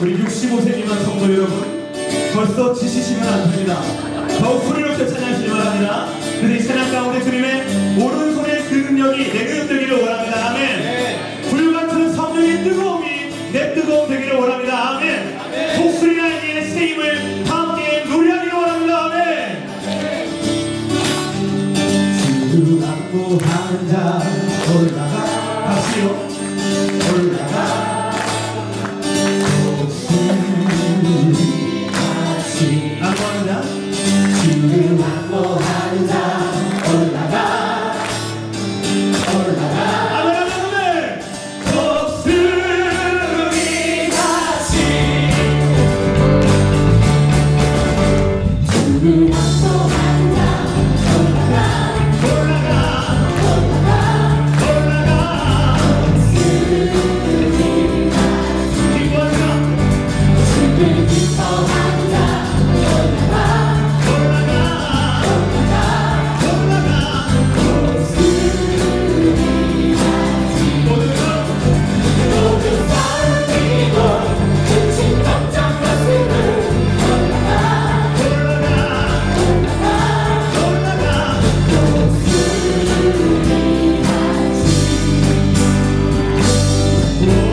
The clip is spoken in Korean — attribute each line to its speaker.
Speaker 1: 우리 65세 미만 성도 여러분 벌써 지치시면 안 됩니다. 더욱 소리 높여 찬양하시기 바랍니다. 그래서 이 찬양 가운데 주님의 오른손의 그 능력이 내 능력 되기를 원합니다. 아멘. 불같은 성령의 뜨거움이 내 뜨거움 되기를 원합니다. 아멘. 독수리나 이의 새 힘을 다 함께 노래하기를 원합니다. 아멘. 주 안고 한자 올라가 다시요 올라가 목숨이 다시 안고한다 지금 안고한다 올라가 올라가 아멘 아멘 아멘 목숨이 다시 올라가 올라가 기뻐하자 올라가 올라가 모든 것 올라가